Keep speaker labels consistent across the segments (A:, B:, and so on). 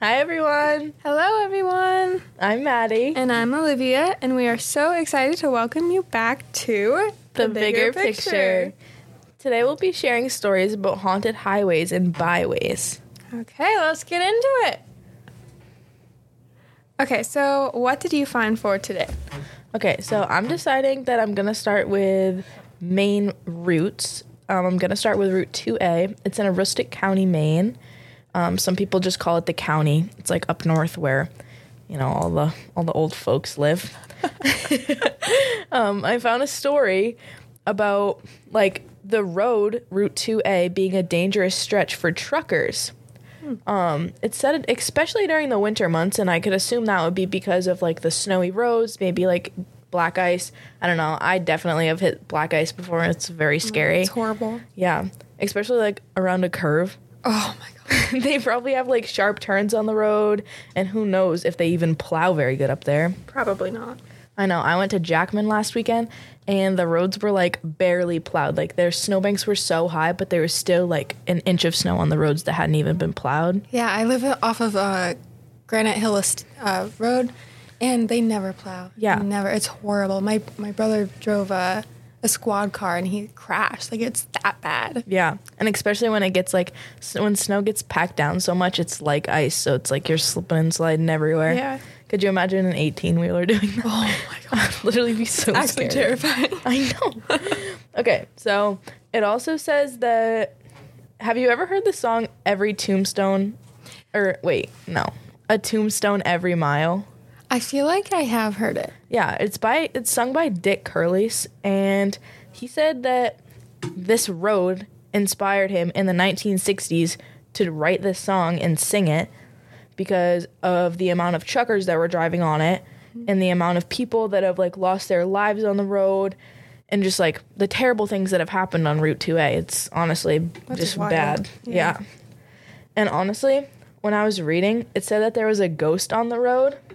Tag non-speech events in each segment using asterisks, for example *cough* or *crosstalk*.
A: Hi, everyone.
B: Hello, everyone.
A: I'm Maddie.
B: And I'm Olivia, and we are so excited to welcome you back to
A: The, bigger, picture. Today, we'll be sharing stories about haunted highways and byways.
B: Okay, let's get into it. Okay, so what did you find for today?
A: Okay, so I'm deciding that I'm going to start with main routes. Um, I'm going to start with Route 2A. It's in Aroostook County, Maine. Um, some people just call it the county. It's like up north where, you know, all the all the old folks live. *laughs* um, I found a story about like the road Route 2A being a dangerous stretch for truckers. Um, it said it, especially during the winter months, and I could assume that would be because of like the snowy roads, maybe like black ice. I don't know. I definitely have hit black ice before. It's very scary.
B: It's horrible.
A: yeah, especially like around a curve.
B: Oh my god.
A: *laughs*
B: *laughs*
A: they probably have like sharp turns on the road, and who knows if they even plow very good up there.
B: Probably not.
A: I know. I went to Jackman last weekend and the roads were like barely plowed. Like their snowbanks were so high, but there was still like an inch of snow on the roads that hadn't even been plowed.
B: Yeah, I live off of uh, Granite Hill est- uh, Road, and they never plow.
A: Yeah.
B: never. It's horrible. My my brother drove a, a squad car and he crashed. Like it's that bad.
A: Yeah. And especially when it gets like s- when snow gets packed down so much, it's like ice. So it's like you're slipping and sliding everywhere.
B: Yeah.
A: Could you imagine an 18 wheeler *laughs* doing that?
B: Oh my
A: *laughs*
B: god.
A: Literally be so
B: Actually
A: scary.
B: terrifying.
A: *laughs* I know. okay, so it also says that. Have you ever heard the song "Every Tombstone"? Or wait, no, "A Tombstone Every Mile."
B: *laughs* I feel like I have heard it.
A: Yeah, it's by it's sung by Dick Curley's, and he said that this road inspired him in the 1960s to write this song and sing it because of the amount of truckers that were driving on it and the amount of people that have like lost their lives on the road and just like the terrible things that have happened on Route 2A. It's honestly just
B: wild.
A: bad. Yeah. And honestly, when I was reading, it said that there was a ghost on the road.
B: Hmm.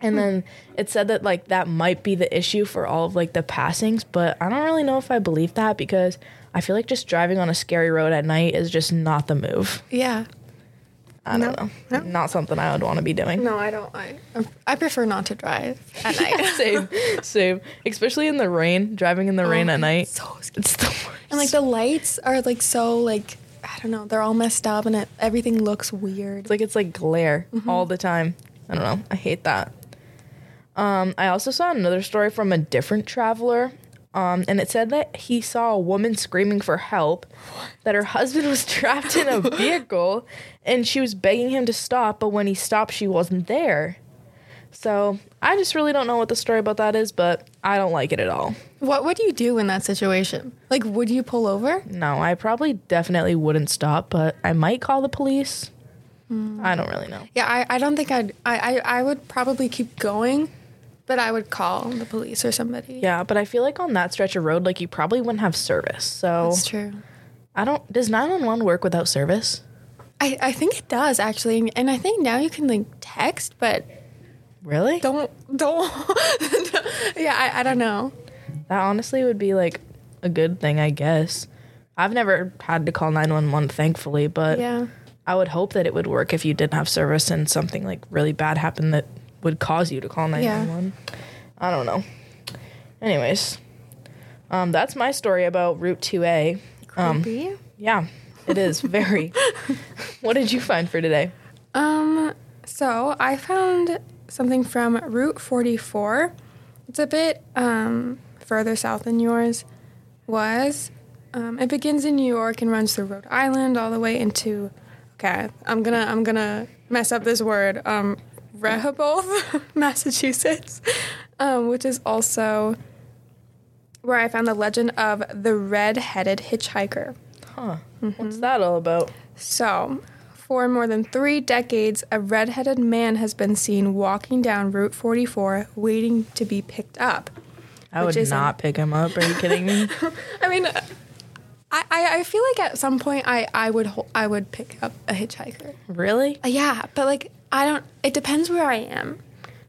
A: And then it said that like that might be the issue for all of like the passings, but I don't really know if I believe that because I feel like just driving on a scary road at night is just not the move.
B: Yeah.
A: I don't know.
B: No.
A: Not something I would want to be doing.
B: No, I don't. I I prefer not to drive
A: *laughs*
B: at night.
A: same, same. Especially in the rain, driving in the rain at night.
B: Oh, So scary.
A: It's the worst.
B: And like the lights are like so like I don't know. They're all messed up and it, everything looks weird.
A: It's like it's like glare all the time. I don't know. I hate that. Um, I also saw another story from a different traveler, um, and it said that he saw a woman screaming for help, that her husband was trapped in a vehicle, and she was begging him to stop, but when he stopped, she wasn't there. So I just really don't know what the story about that is, but I don't like it at all.
B: What would you do in that situation? Like, would you pull over?
A: No, I probably definitely wouldn't stop, but I might call the police. I don't really know.
B: Yeah, I, I don't think I'd. I, I, I would probably keep going, but I would call the police or somebody.
A: Yeah, but I feel like on that stretch of road, like you probably wouldn't have service. So
B: That's true.
A: I don't. Does nine one one work without service?
B: I, I think it does actually, and- and I think now you can like text, but
A: Really?
B: don't don't. *laughs* yeah, I, I don't know.
A: That honestly would be like a good thing, I guess. I've never had to call nine one one, thankfully, but
B: Yeah,
A: I would hope that it would work if you didn't have service and something like really bad happened that would cause you to call nine one one. I don't know. Anyways, um, that's my story about Route Two A. Um,
B: creepy.
A: yeah, it is
B: *laughs*
A: very. *laughs* what did you find for today?
B: Um, so I found something from Route 44. It's a bit um, further south than yours was. Um, it begins in New York and runs through Rhode Island all the way into. Okay, I'm gonna I'm gonna mess up this word. Um, Rehoboth, *laughs* Massachusetts, um, which is also where I found the legend of the red-headed hitchhiker.
A: Huh. What's that all about?
B: So, for more than three decades, a redheaded man has been seen walking down Route 44 waiting to be picked up.
A: I
B: Which
A: would
B: is, um,
A: not pick him up. Are you kidding me?
B: I mean, I, I, I feel like at some point I, I would hol- I would pick up a hitchhiker.
A: *laughs* really?
B: Uh, Yeah, but like I don't. It depends where I am.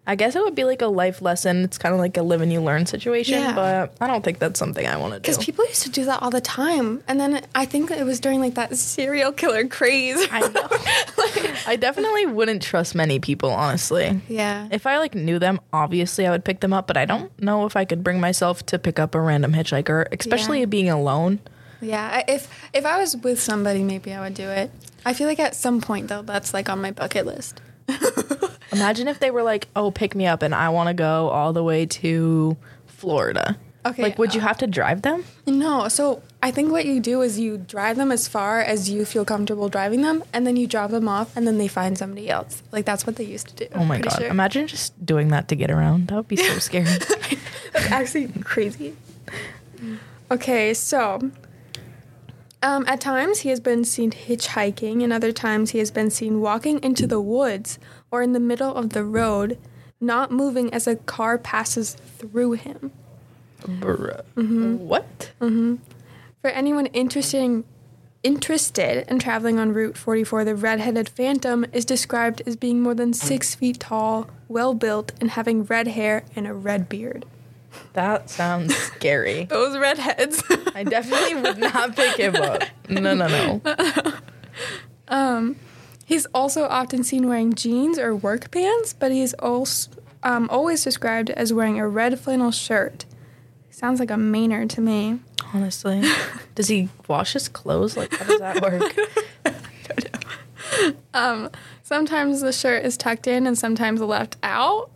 A: I guess it would be like a life lesson. It's kind of like a live and you learn situation,
B: Yeah.
A: but I don't think that's something I want to
B: Because
A: do.
B: people used to do that all the time. And then I think it was during like that serial killer craze.
A: I
B: *laughs*
A: know. I definitely wouldn't trust many people, honestly.
B: yeah.
A: If I like knew them, obviously I would pick them up, but I don't know if I could bring myself to pick up a random hitchhiker, especially
B: Yeah.
A: being alone.
B: Yeah. I- If if I was with somebody, maybe I would do it. I feel like at some point though, that's like on my
A: *laughs*
B: bucket list.
A: Imagine if they were like, "Oh, pick me up and I want to go all the way to Florida."
B: Okay,
A: Like would you have to drive them?
B: No, so I think what you do is you drive them as far as you feel comfortable driving them, and then you drop them off, and then they find somebody else. Like that's what they used to do.
A: Oh my god. Imagine just doing that to get around. That would be so scary. *laughs*
B: That's actually crazy. Okay, so um, at times he has been seen hitchhiking, and other times he has been seen walking into the woods or in the middle of the road, not moving as a car passes through him.
A: Bruh. Mm-hmm. What?
B: For anyone interested interested in traveling on Route 44, the red-headed phantom is described as being more than six feet tall, well-built, and having red hair and a red beard.
A: That sounds scary.
B: Those redheads.
A: *laughs*
B: *laughs*
A: I definitely would not pick him up. No, no, no.
B: He's also often seen wearing jeans or work pants, but he is also, um, always described as wearing a red flannel shirt. Sounds like a Maynard to me.
A: Honestly, does he wash his clothes? Like, how does that work?
B: Sometimes the shirt is tucked in and sometimes left out.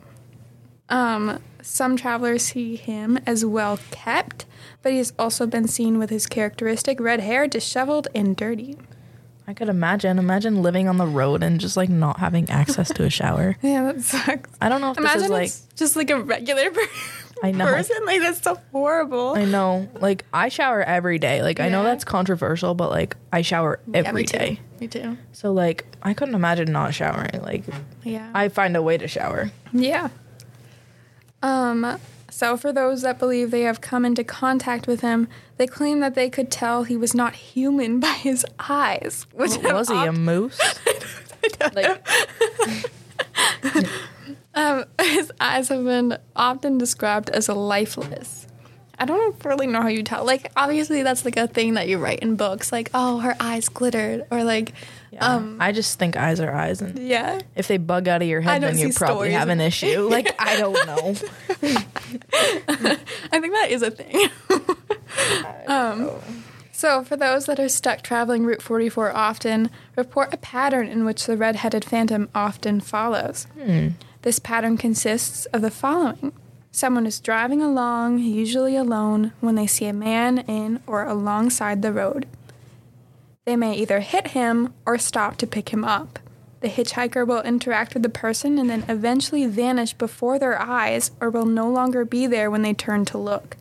B: Um, some travelers see him as well kept, but he has also been seen with his characteristic red hair, disheveled and dirty. *laughs*
A: I could imagine. Imagine living on the road and just like not having access to a shower.
B: Yeah, that sucks.
A: I don't know if
B: Imagine
A: this is like.
B: it's just like a regular *laughs* per-
A: I know.
B: person. Like that's so horrible.
A: I know. Like, I shower every day. Like, I know
B: Yeah.
A: that's controversial, but like, I shower every day.
B: Me too.
A: So, like, I couldn't imagine not showering. Like,
B: Yeah.
A: I find a way to shower.
B: Yeah. Um, so, for those that believe they have come into contact with him, they claim that they could tell he was not human *laughs* by his eyes. Which
A: What *laughs* was he, a moose? like,
B: *laughs* um, his eyes have been often described as lifeless. I don't really know how you tell. Like, obviously, that's like a thing that you write in books. Like, oh, her eyes glittered, or like,
A: *laughs* yeah.
B: um,
A: I just think eyes are eyes. And
B: yeah.
A: if they bug out of your head,
B: don't
A: then you
B: see
A: probably
B: stories.
A: have an
B: *laughs*
A: issue. Like, I don't know.
B: I think that is a thing. *laughs* um, so, for those that are stuck traveling Route 44 often, report a pattern in which the red headed phantom often follows. This pattern consists of the following Someone is driving along, usually alone, when they see a man in or alongside the road. They may either hit him or stop to pick him up. The hitchhiker will interact with the person and then eventually vanish before their eyes or will no longer be there when they turn to look.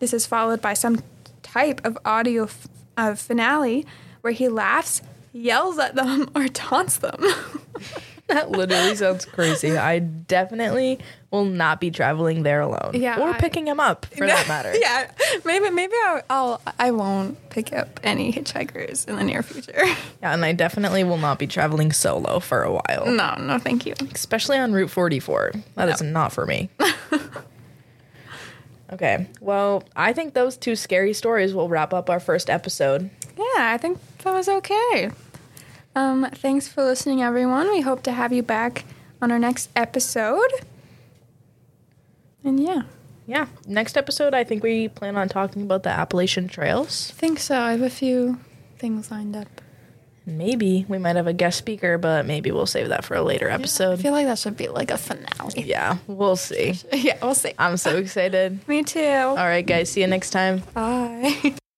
B: This is followed by some type of audio f- uh, finale where he laughs, yells at them, *laughs* or taunts them.
A: That literally sounds crazy. I definitely will not be traveling there alone.
B: Yeah,
A: Or
B: I-
A: picking him up for
B: *laughs*
A: that matter.
B: yeah, maybe maybe I'll, I'll I won't pick up any hitchhikers in the near future. *laughs*
A: Yeah, and I definitely will not be traveling solo for a while.
B: no, no, thank you.
A: Especially on Route 44. That is not for
B: *laughs*
A: me. okay. Well, I think those two scary stories will wrap up our first episode.
B: Yeah, I think that was okay. Um, thanks for listening, everyone. We hope to have you back on our next episode. And yeah,
A: Yeah. Next episode, I think we plan on talking about the Appalachian Trails.
B: I think so. I have a few things lined up.
A: Maybe we might have a guest speaker, but maybe we'll save that for a later
B: I
A: episode.
B: feel like that should be like a finale.
A: Yeah, we'll see.
B: *laughs*
A: Uh,
B: Yeah, we'll see. *laughs*
A: I'm so excited.
B: Me too.
A: uh, All right, guys. See you next time.
B: Bye. *laughs*